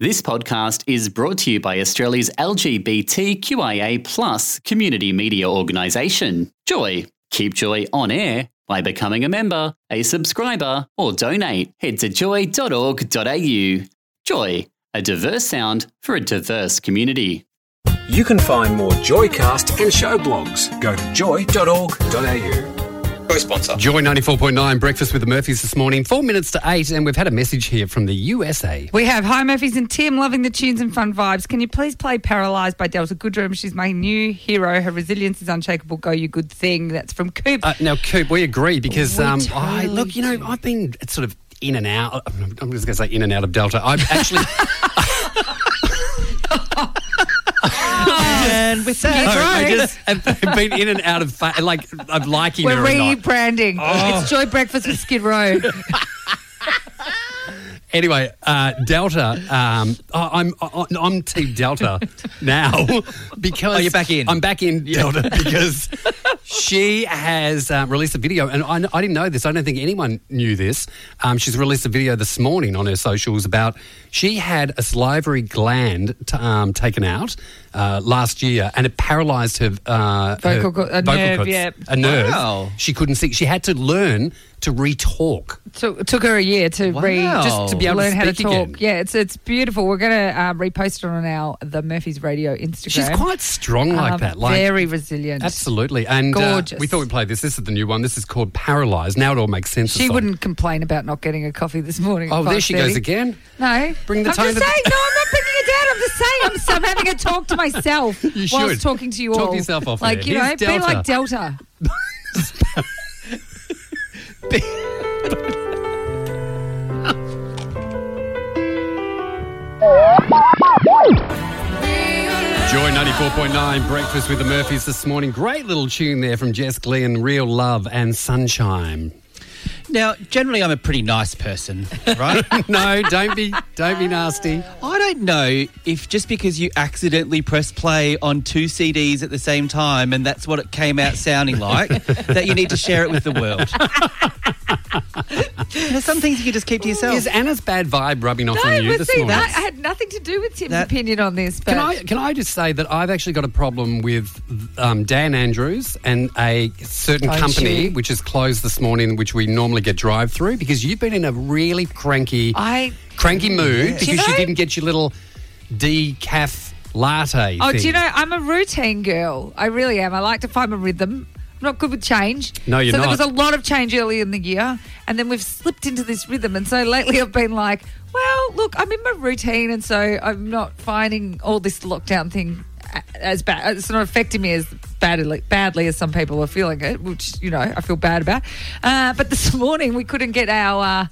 This podcast is brought to you by Australia's LGBTQIA plus community media organisation, Joy. Keep Joy on air by becoming a member, a subscriber, or donate. Head to joy.org.au. Joy, a diverse sound for a diverse community. You can find more Joycast and show blogs. Go to joy.org.au. Joy 94.9 Breakfast with the Murphys this morning, four minutes to eight, and we've had a message here from the USA. We have Hi Murphys and Tim loving the tunes and fun vibes. Can you please play Paralyzed by Delta Goodrum? She's my new hero. Her resilience is unshakable. Go you good thing. That's from Coop. Uh, now, Coop, we agree because We um, I totally look, you know, I've been sort of in and out. I'm I'm just going to say in and out of Delta. I've actually, and with that, Uh, I just have been in and out of fa- like of liking we're her or not. Oh. rebranding. It's Joy Breakfast with Skid Row. Anyway, uh, Delta. Um, I- I'm I- I'm Team Delta now because Oh, you're back in. I'm back in Delta because she has um, released a video, and I, I didn't know this. I don't think anyone knew this. Um, she's released a video this morning on her socials about she had a salivary gland t- um, taken out uh, last year, and it paralysed her, uh, her Vocal co- a nerve, cords. yeah. a nerve. Wow. She couldn't see. She had to learn to re-talk. So it took her a year to re Wow. just to be able to learn how to speak talk. again. Yeah, it's it's beautiful. We're gonna uh, repost it on our the Murphys Radio Instagram. She's quite strong like Um, that. Like very resilient. Absolutely. And uh, Gorgeous. we thought we'd play this. This is the new one. This is called Paralyzed. Now it all makes sense. She It's like- wouldn't complain about not getting a coffee this morning. at Oh, there she 5:30. goes again. No. Bring the I'm tone just to the- saying, no, I'm not bringing it down. I'm just saying, I'm, just, I'm having a talk to myself You whilst should. talking to you Talk all. to yourself off Like, air. you know, Here's be Delta. like Delta. Joy 94.9, Breakfast with the Murphys this morning. Great little tune there from Jess Glenn, Real Love and Sunshine. Now, generally, I'm a pretty nice person, right? no, don't be don't be nasty. I don't know if just because you accidentally press play on two CDs at the same time and that's what it came out sounding like, that you need to share it with the world. There's some things you can just keep to yourself. Is Anna's bad vibe rubbing off No, on you but this see, morning? that I had nothing to do with Tim's That- opinion on this. But Can I can I just say that I've actually got a problem with um, Dan Andrews and a certain Don't company you? which is closed this morning, which we normally get drive through because you've been in a really cranky I- cranky mood because Do you you, know- didn't get your little decaf latte. Oh, do thing. you know, I'm a routine girl. I really am. I like to find my rhythm. I'm not good with change. No, you're so not. So there was a lot of change early in the year, and then we've slipped into this rhythm. And so lately I've been like, well, look, I'm in my routine, and so I'm not finding all this lockdown thing a- as bad. It's not affecting me as badly, badly as some people are feeling it, which, you know, I feel bad about. Uh, but this morning we couldn't get our. Uh,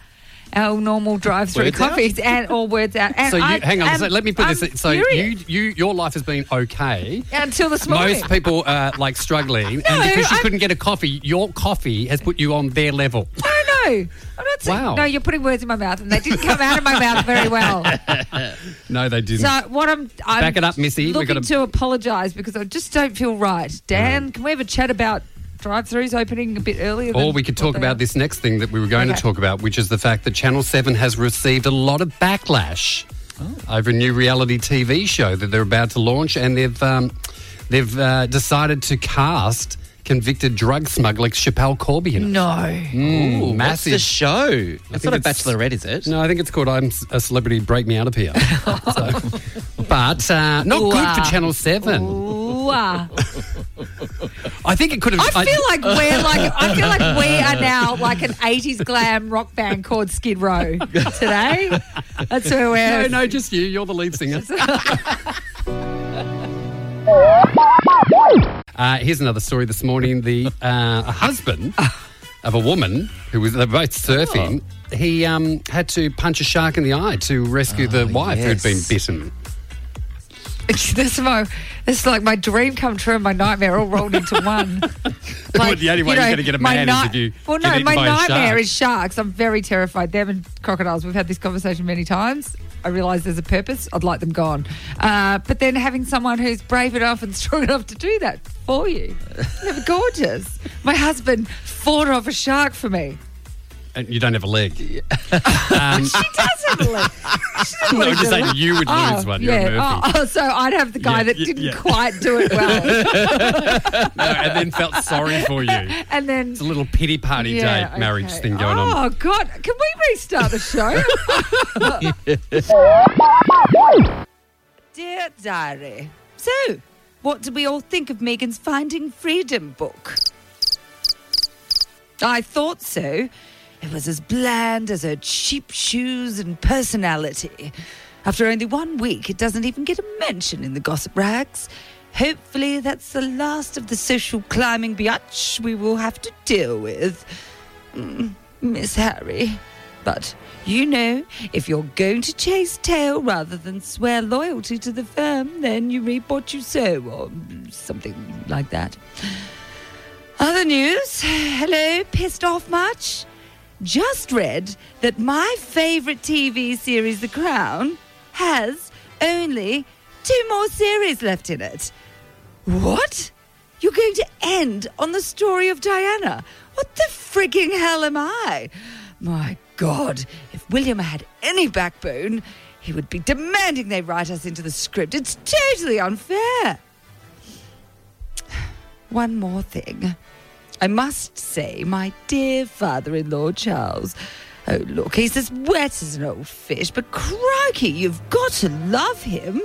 our normal drive-through Words out? coffees and all words out. And So you, I hang on, am- so let me put I'm this. So furious. you, you, your life has been okay. Until this morning. Most people are like struggling, and No, because you I'm- couldn't get a coffee, your coffee has put you on their level. No, no. I'm not saying. Wow. No, you're putting words in my mouth, and they didn't come out of my mouth very well. No, they didn't. So what I'm, I'm Back it up, Missy. We've Looking gotta- to apologise because I just don't feel right. Dan, can we have a chat about drive-throughs opening a bit earlier? Mm. Or than we could what talk they are? about this next thing that we were going Okay. to talk about, which is the fact that Channel 7 has received a lot of backlash Oh. over a new reality TV show that they're about to launch, and they've, um, they've uh, decided to cast convicted drug smuggler Chappelle Corby in it. No. Mm, Ooh, What's the massive. show? It's think not a it's- bachelorette, is it? no, I think it's called I'm a Celebrity, Break Me Out of Here. So- but uh, not good Wow. for Channel 7. Ooh, ah. I think it could have. I feel like we're like I feel like we are now like an '80s glam rock band called Skid Row today. That's where we're. No, no, just you. You're the lead singer. Uh, here's another story this morning. The uh, a husband of a woman who was they're both surfing. Oh. He um, had to punch a shark in the eye to rescue Oh, the wife who'd been yes. bitten. This is my, this is like my dream come true and my nightmare all rolled into one. Well, the only way you're gonna get a my man is if you Well, get no, eaten my by a nightmare shark. is sharks. I'm very terrified. Them and crocodiles. We've had this conversation many times. I realise there's a purpose. I'd like them gone. Uh, but then having someone who's brave enough and strong enough to do that for you, they're gorgeous. My husband fought off a shark for me. and you don't have a leg. She does have a leg. She No, doesn't lose I'm just her saying leg. you would Oh, lose one. You're Yeah. Murphy. Oh, oh, so I'd have the guy Yeah, that yeah, didn't yeah. quite do it well, oh. No, and then felt sorry for you. and then. It's a little pity party yeah, date marriage okay. thing going oh, on. Oh God! Can we restart the show? Dear diary, so what do we all think of Megan's Finding Freedom book? I thought so. It was as bland as her cheap shoes and personality. After only one week, it doesn't even get a mention in the gossip rags. Hopefully, that's the last of the social climbing biatch we will have to deal with. Mm, Miss Harry. But, you know, if you're going to chase tail rather than swear loyalty to the firm, then you reap what you sow, or something like that. Other news. Hello, pissed off much? Just read that my favourite TV series, The Crown, has only two more series left in it. What? You're going to end on the story of Diana? What the frigging hell am I? My God, if William had any backbone, he would be demanding they write us into the script. It's totally unfair. One more thing. I must say, my dear father in law, Charles. Oh, look, he's as wet as an old fish, but crikey, you've got to love him.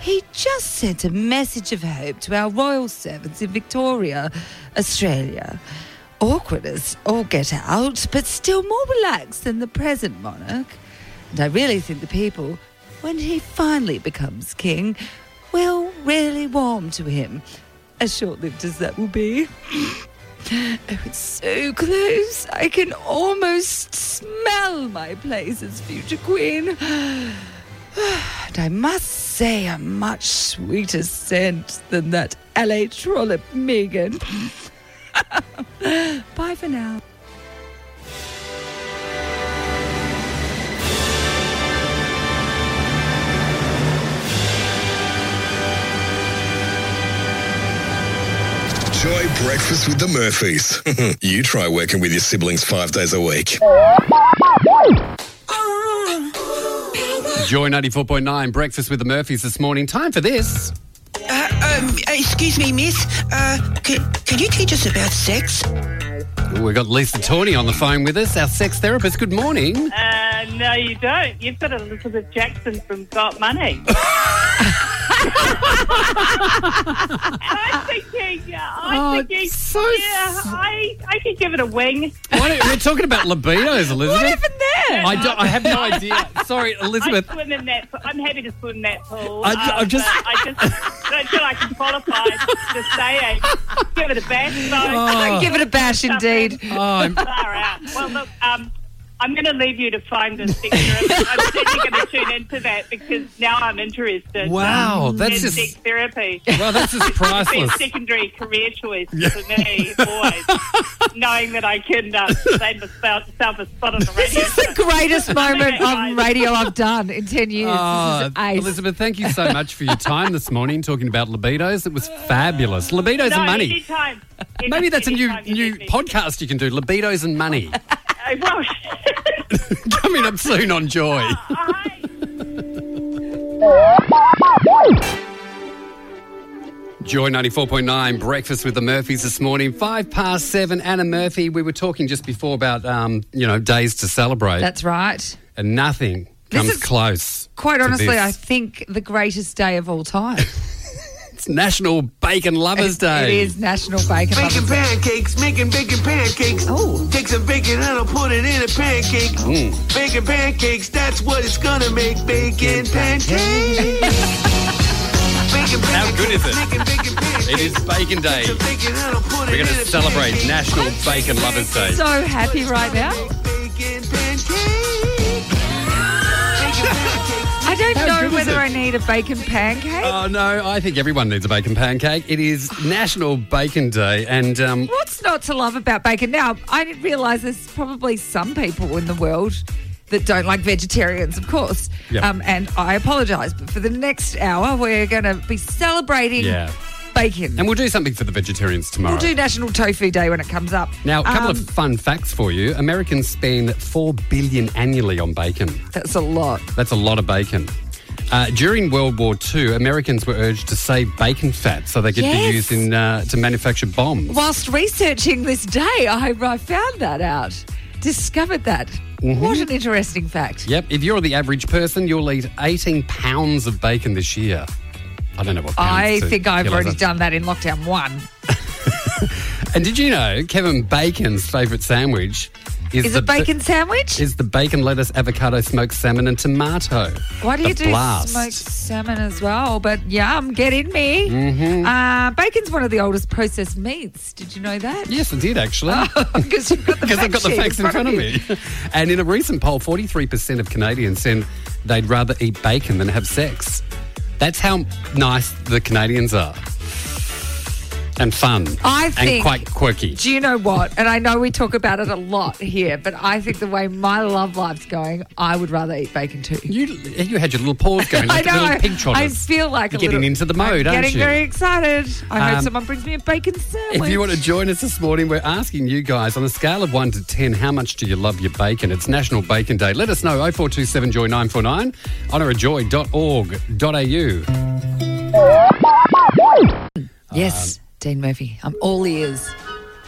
He just sent a message of hope to our royal servants in Victoria, Australia. Awkward as all get out, but still more relaxed than the present monarch. And I really think the people, when he finally becomes king, will really warm to him. As short lived as that will be. Oh, it's so close. I can almost smell my place as future queen. And I must say, a much sweeter scent than that LA trollop Megan. Bye for now. Enjoy breakfast with the Murphys. you try working with your siblings five days a week. Joy 94.9, breakfast with the Murphys this morning. Time for this. Uh, um, excuse me, miss. Uh, can, can you teach us about sex? Ooh, We've got Lisa Tawney on the phone with us, our sex therapist. Good morning. Uh, no, you don't. You've got Elizabeth Jackson from Got Money. I'm thinking, Oh, I'm thinking, it's so yeah, s- I, I could give it a wing. Why don't, we're talking about libidos, Elizabeth. What happened there? I, don't, I have no idea. Sorry, Elizabeth. I swim in that. I'm happy to swim in that pool. Um, I- I'm just- but I just don't feel I can qualify to say it. Give it a bash. So Oh. Give it a bash indeed. Oh, I'm- far out. Well, look, um, I'm going to leave you to find this picture. I'm I'm certainly going to tune into that because now I'm interested. Wow, that's in just- sex therapy. well, that's just been priceless. secondary career choice for me, always knowing that I can uh, save myself myself a spot on the radio. This is the greatest moment guys. of radio I've done in 10 years. Oh, this is ace. Elizabeth, thank you so much for your time this morning talking about libidos. It was fabulous. Libidos no, and money. Anytime, Maybe that's a new Anytime you new need me. podcast you can do, libidos and money. Uh, well, Coming up soon on Joy. oh, hi. Joy 94.9, breakfast with the Murphys this morning, five past seven. Anna Murphy, we were talking just before about, um, you know, days to celebrate, That's right. and nothing This comes is- close. Quite to honestly, this. I think the greatest day of all time. it's National Bacon Lovers Day. It is National Bacon. Making Lovers Day. pancakes, making bacon pancakes. Oh. Take some bacon and I'll put it in a pancake. Mm. Bacon pancakes, that's what it's gonna make. Bacon pancakes. Bacon How good is it? Making bacon pancakes. It is Bacon Day. Some bacon and I'll put We're going it in to a celebrate pancake. National Bacon Lovers Day. So happy right now. Bacon pancakes. Bacon pancakes. I don't How good know is whether it? I need a bacon pancake. Oh, no, I think everyone needs a bacon pancake. It is National Bacon Day, and um, What's not to love about bacon? Now, I didn't realise there's probably some people in the world that don't like vegetarians, of course. Yep. Um, and I apologise, but for the next hour, we're going to be celebrating yeah. bacon. And we'll do something for the vegetarians tomorrow. We'll do National Tofu Day when it comes up. now, a couple Um, of fun facts for you. Americans spend four billion annually on bacon. That's a lot. That's a lot of bacon. Uh, during World War II, Americans were urged to save bacon fat so they could Yes. be used in uh, to manufacture bombs. Whilst researching this day, I, I found that out. Discovered that. Mm-hmm. What an interesting fact. Yep. If you're the average person, you'll eat 18 pounds of bacon this year. I don't know what. Pounds I to think I've kilos already are. done that in lockdown one. And did you know Kevin Bacon's favourite sandwich is, Is the it bacon sandwich? Is the bacon, lettuce, avocado, smoked salmon, and tomato? Why do The you do blast. smoked salmon as well? But yum, get in me. Mm-hmm. Uh, bacon's one of the oldest processed meats. Did you know that? Yes, I did actually. Oh, Because you've got the Because fact I've got the sheet facts in front of you. me. And in a recent poll, 43% of Canadians said they'd rather eat bacon than have sex. That's how nice the Canadians are. And fun. I And think- quite quirky. Do you know what? And I know we talk about it a lot here, but I think the way my love life's going, I would rather eat bacon too. You, you had your little paws going like I a know. little pig I trotters. feel like You're a getting little- into the I'm mode, aren't getting you? very excited. I Um, hope someone brings me a bacon sandwich. If you want to join us this morning, we're asking you guys on a scale of 1 to 10, how much do you love your bacon? It's National Bacon Day. Let us know 0427 Joy 949 honorajoy.org.au. Um, yes, Dean Murphy, I'm all ears.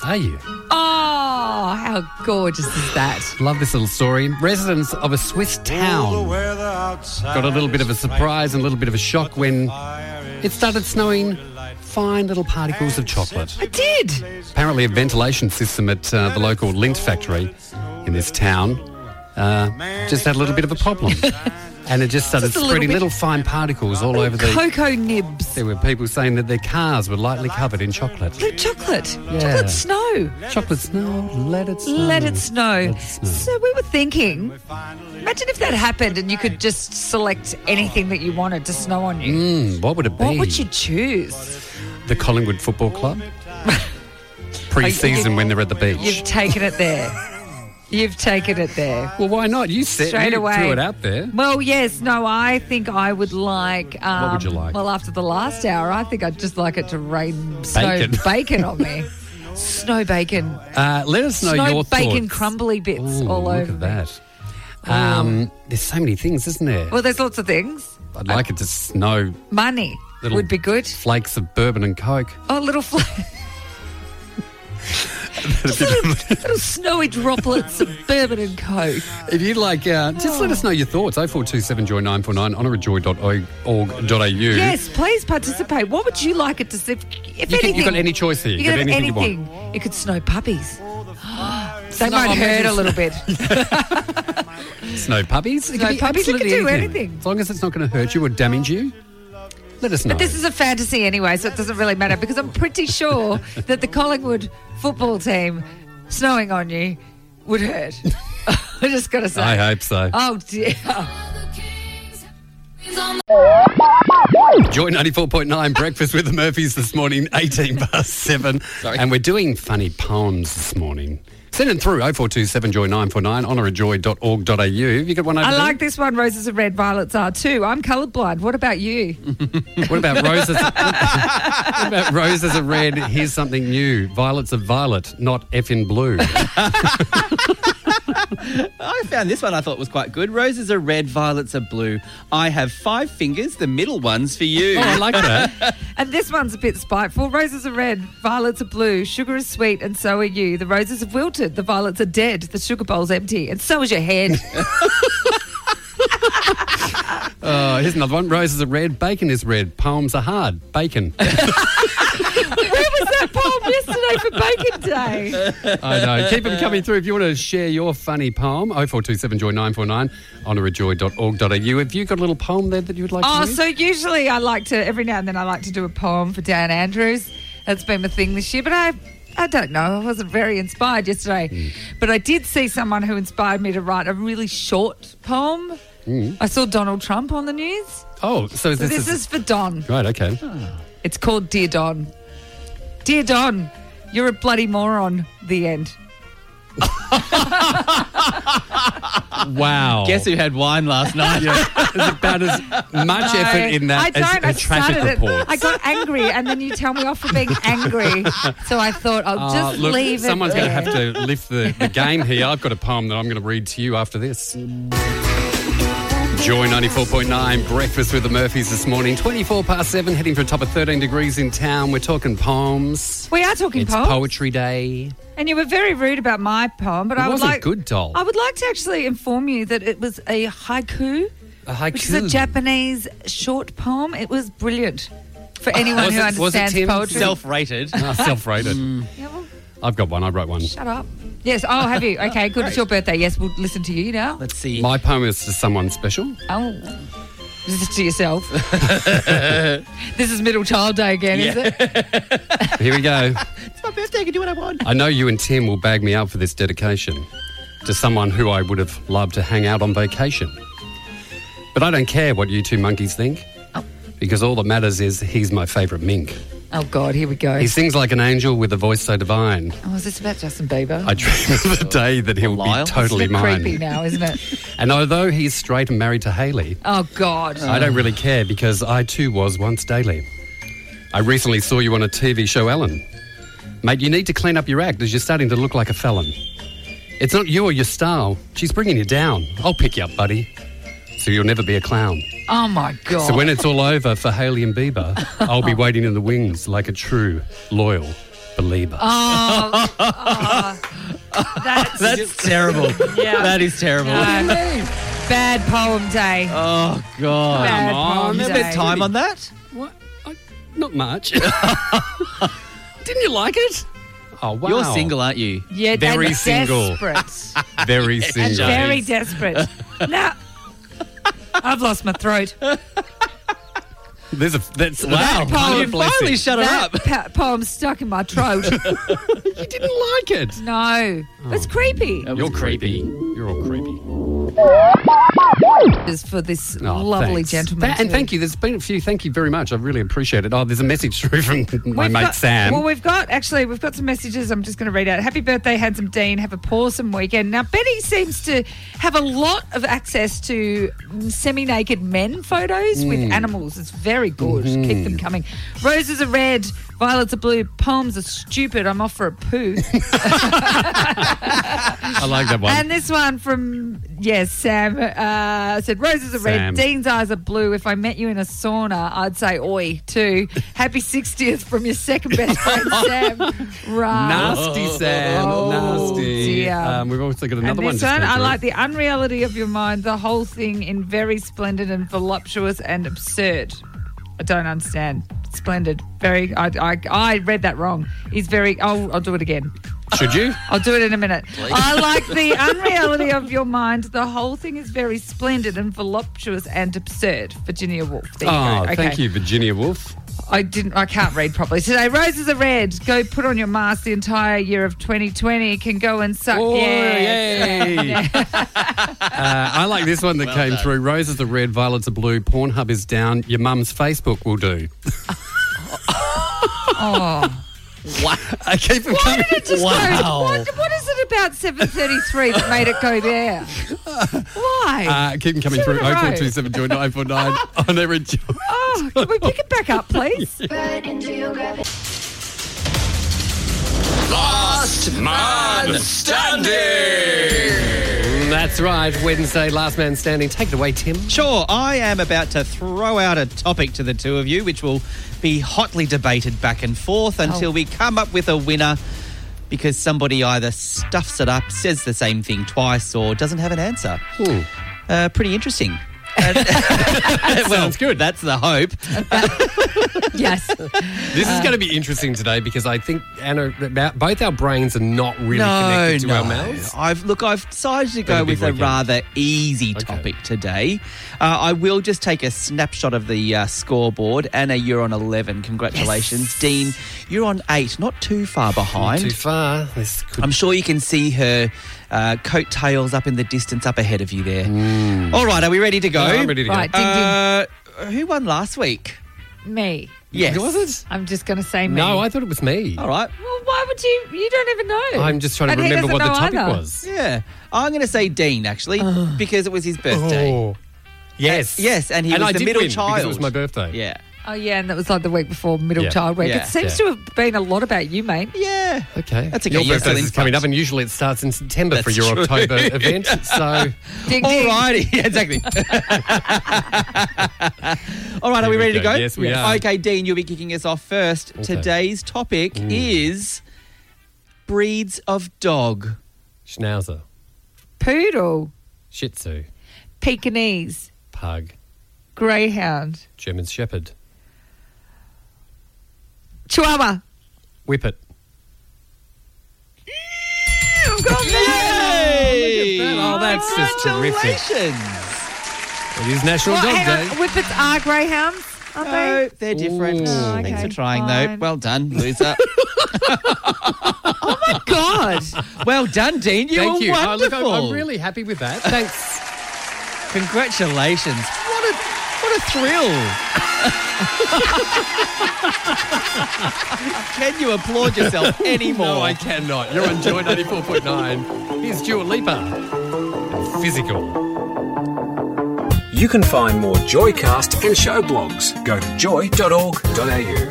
Are you? Oh, how gorgeous is that? Love this little story. Residents of a Swiss town got a little bit of a surprise and a little bit of a shock when it started snowing fine little particles of chocolate. I did. Apparently, a ventilation system at uh, the local lint factory in this town uh, just had a little bit of a problem. and it just started Just a little spreading bit- little fine particles all over the. Cocoa nibs. There were people saying that their cars were lightly covered in chocolate. Blue chocolate. Yeah. Chocolate snow. Chocolate snow, let it snow. Let it snow. Let it snow. So we were thinking, imagine if that happened and you could just select anything that you wanted to snow on you. Mm, what would it be? What would you choose? The Collingwood Football Club? Pre season when they're at the You've beach. taken it there. You've taken it there. Well, why not? You said Straight you away. threw it out there. Well, yes, no, I think I would like. Um, would you like? Well, after the last hour, I think I'd just like it to rain snow Bacon. bacon, on me. Snow bacon. Uh, let us know snow your bacon thoughts. crumbly bits Ooh, all look over. Oh. at that. Um, there's so many things, isn't there? Well, there's lots of things. I'd like it to snow Money Little- would be good. flakes of bourbon and coke. Oh, little fl- Just little, little snowy droplets of bourbon and coke. If you'd like, uh, just let us know your thoughts. 0427 joy 949 honorajoy.org.au. Yes, please participate. What would you like it to see? If, if Mm-hmm. You can- anything, you've got any choice here. You You've can got have anything you want. anything. It could snow puppies. they Snow might hurt a puppies. little bit. Snow puppies. It Snow could be puppies, it could absolutely do anything. As long as it's not going to hurt you or damage you, let us know. But this is a fantasy anyway, so it doesn't really matter because I'm pretty sure that the Collingwood football team snowing on you would hurt. I just got to say. I hope so. Oh, dear. Joy 94.9 Breakfast with the Murphys this morning, 18 past 7. And we're doing funny poems this morning. Send them through 0427 Joy 949 honorajoy.org.au. Have you got one over I there? like this one. Roses and red violets are too. I'm colourblind. What about you? What about roses? what about roses are red? Here's something new. Violets are violet, not effing blue. I found this one I thought was quite good. Roses are red, violets are blue. I have five fingers, the middle one's for you. Oh, I like that. And this one's a bit spiteful. Roses are red, violets are blue. Sugar is sweet, and so are you. The roses have wilted, the violets are dead, the sugar bowl's empty, and so is your head. Oh, here's another one. Roses are red. Bacon is red. Poems are hard. Bacon. Where was that poem yesterday for Bacon Day? I know. Keep them coming through. If you want to share your funny poem, 0427 Joy 949, honorajoy.org.au. Have you got a little poem there that you would like Oh, to read? so usually I like to, every now and then I like to do a poem for Dan Andrews. That's been my thing this year, but I. I don't know. I wasn't very inspired yesterday. Hmm. But I did see someone who inspired me to write a really short poem. I saw Donald Trump on the news. oh, so Hmm. this, So this, is, is for Don. Right, okay. It's called Dear Don. Dear Don, you're a bloody moron. The end. Wow. Guess who had wine last night? Yeah, there's about as much effort in I that don't. I as a traffic started report. it. I got angry, and then you tell me off for being angry. So I thought I'll Uh, just look, leave it. someone's going to there. have to lift the, the game here. I've got a poem that I'm going to read to you after this. Joy 94.9, breakfast with the Murphys this morning. 24 past 7, heading for a top of 13 degrees in town. We're talking poems. We are talking It's poems, poetry day. and you were very rude about my poem. But It I would was a like good doll. I would like to actually inform you that it was a haiku, A which is a haiku. Japanese short poem. It was brilliant for anyone Uh, Was who it- was it, understands Tim? poetry. Self-rated. Ah, self-rated. Yeah, well, I've got one. I wrote one. shut up. Yes. Oh, have you? Okay. Good. It's your birthday. Yes. We'll listen to you now. Let's see. My poem is to someone special. Oh. This is to yourself. this is middle child day again, is it? Here we go. it's my birthday. I can do what I want. I know you and Tim will bag me up for this dedication to someone who I would have loved to hang out on vacation. But I don't care what you two monkeys think, because all that matters is he's my favourite mink. Oh, God, here we go. He sings like an angel with a voice so divine. oh, is this about Justin Bieber? I dream of the day that he'll Lyle? be it's a totally bit mine. creepy now, isn't it? And although he's straight and married to Haley, Oh, God. I don't really care because I too was once daily. I recently saw you on a TV show, Ellen. Mate, you need to clean up your act as you're starting to look like a felon. It's not you or your style. She's bringing you down. I'll pick you up, buddy. So you'll never be a clown. Oh, my God. So when it's all over for Haley and Bieber, I'll be waiting in the wings like a true, loyal believer. Oh. That's, That's terrible. Yeah. That is terrible. No. bad poem day. Uh, Oh God. bad come on. poem You day. spent time on that? What? I, not much. Didn't you like it? Oh, wow. You're single, aren't you? Yeah, Very and single. desperate. Very single. and very desperate. Now, I've lost my throat. There's a that's Wow. that Paul, poem- you finally shut her that up. pa- poem's stuck in my throat. You didn't like it. no. Oh. That's creepy. You're creepy. You're all creepy. is for this Oh, lovely thanks. gentleman. Tha- and thank you. There's been a few. Thank you very much. I really appreciate it. Oh, there's a message through from my mate Sam. Well, we've got actually we've got some messages. I'm just going to read out. Happy birthday, handsome Dean. Have a pawsome weekend. Now Betty seems to have a lot of access to semi-naked men photos Mm. with animals. It's very good. Keep Mm-hmm. them coming. Roses are red, violets are blue. Palms are stupid. I'm off for a poo. I like that one. And this one from yes, Sam uh, said roses are Sam. red, Dean's eyes are blue. If I met you in a sauna, I'd say oi too. Happy 60th from your second best friend, Sam. Right. Nasty Sam. Oh, Nasty. dear. Um, we've also got And another one. this just one, come I through. like the unreality of your mind, the whole thing in very splendid and voluptuous and absurd. I don't understand. Splendid. Very. I, I, I read that wrong. He's very. I'll, I'll do it again. Should you? I'll do it in a minute. I like the unreality of your mind. The whole thing is very splendid and voluptuous and absurd. Virginia Woolf. There you Oh, go. Okay. thank you, Virginia Woolf. I didn't. I can't read properly today. Roses are red. Go put on your mask. The entire year of 2020 can go and suck. Oh, yeah. yay. Uh, I like this one that came through. Roses are red, violets are blue. Pornhub is down. Your mum's Facebook will do. Oh. I keep them coming. It just Wow. goes, what, what is it about 7:33 that made it go there? Why? Uh, keep them coming Two through. in a row. 0427 join 949 on every joy. oh, can we pick it back up, please? That's right. Wednesday, last man standing. Take it away, Tim. Sure, I am about to throw out a topic to the two of you, which will be hotly debated back and forth until we come up with a winner because somebody either stuffs it up, says the same thing twice, or doesn't have an answer. Hmm. Uh, pretty interesting. sounds good. That's the hope. yes. This Uh, is going to be interesting today because I think Anna, about- both our brains are not really connected to our mouths. I've look. I've decided Been to a go big with a weekend. rather easy Okay. topic today. Uh, I will just take a snapshot of the uh, scoreboard. Anna, you're on eleven. Congratulations, Dean. You're on eight. Not too far Um, behind. Too far. This could. I'm sure you can see her uh, coattails up in the distance, up ahead of you there. All right, are we ready to go? I'm ready to go. Right, ding ding. Uh, who won last week? Me. Yes. Was it? I'm just going to say me. No, I thought it was me. All right. Well, why would you? You don't even know. I'm just trying to And he remember what the doesn't know topic either. was. Yeah. I'm going to say Dean, actually, because it was his birthday. Oh. Yes. yes, and he and was I the did middle win Because child. it was my birthday. Yeah. Oh yeah, and that was like the week before middle Yeah. child week. Yeah. It seems to have been a lot about you, mate. Yeah. Okay. That's okay, Your yes, birthday I'll is coming instruct. up, and usually it starts in September for That's your true. October event. So, Ding, All ding. righty. Yeah, exactly. All right, are Here we we ready to go. go? Yes, we are. Okay, Dean, you'll be kicking us off first. Today's topic is breeds of dog. Schnauzer, Poodle, Shih Tzu, Pekingese, Pug, Greyhound, German Shepherd, Chihuahua. Whippet. Yay! Oh, that's just terrific. Congratulations. It is National Well, Dog hang Day. on, whippets are greyhounds, are No, they? they're different. Ooh. Oh, Thanks for okay, trying, though. fine. Well done, loser. God, well done, Dean. You Thank were you. Oh, look, wonderful. I'm, I'm really happy with that. Thanks. Congratulations. What a what a thrill. Can you applaud yourself anymore? No, I cannot. You're on Joy 94.9. Here's Dua Lipa. Physical. You can find more Joycast and show blogs. Go to joy.org.au.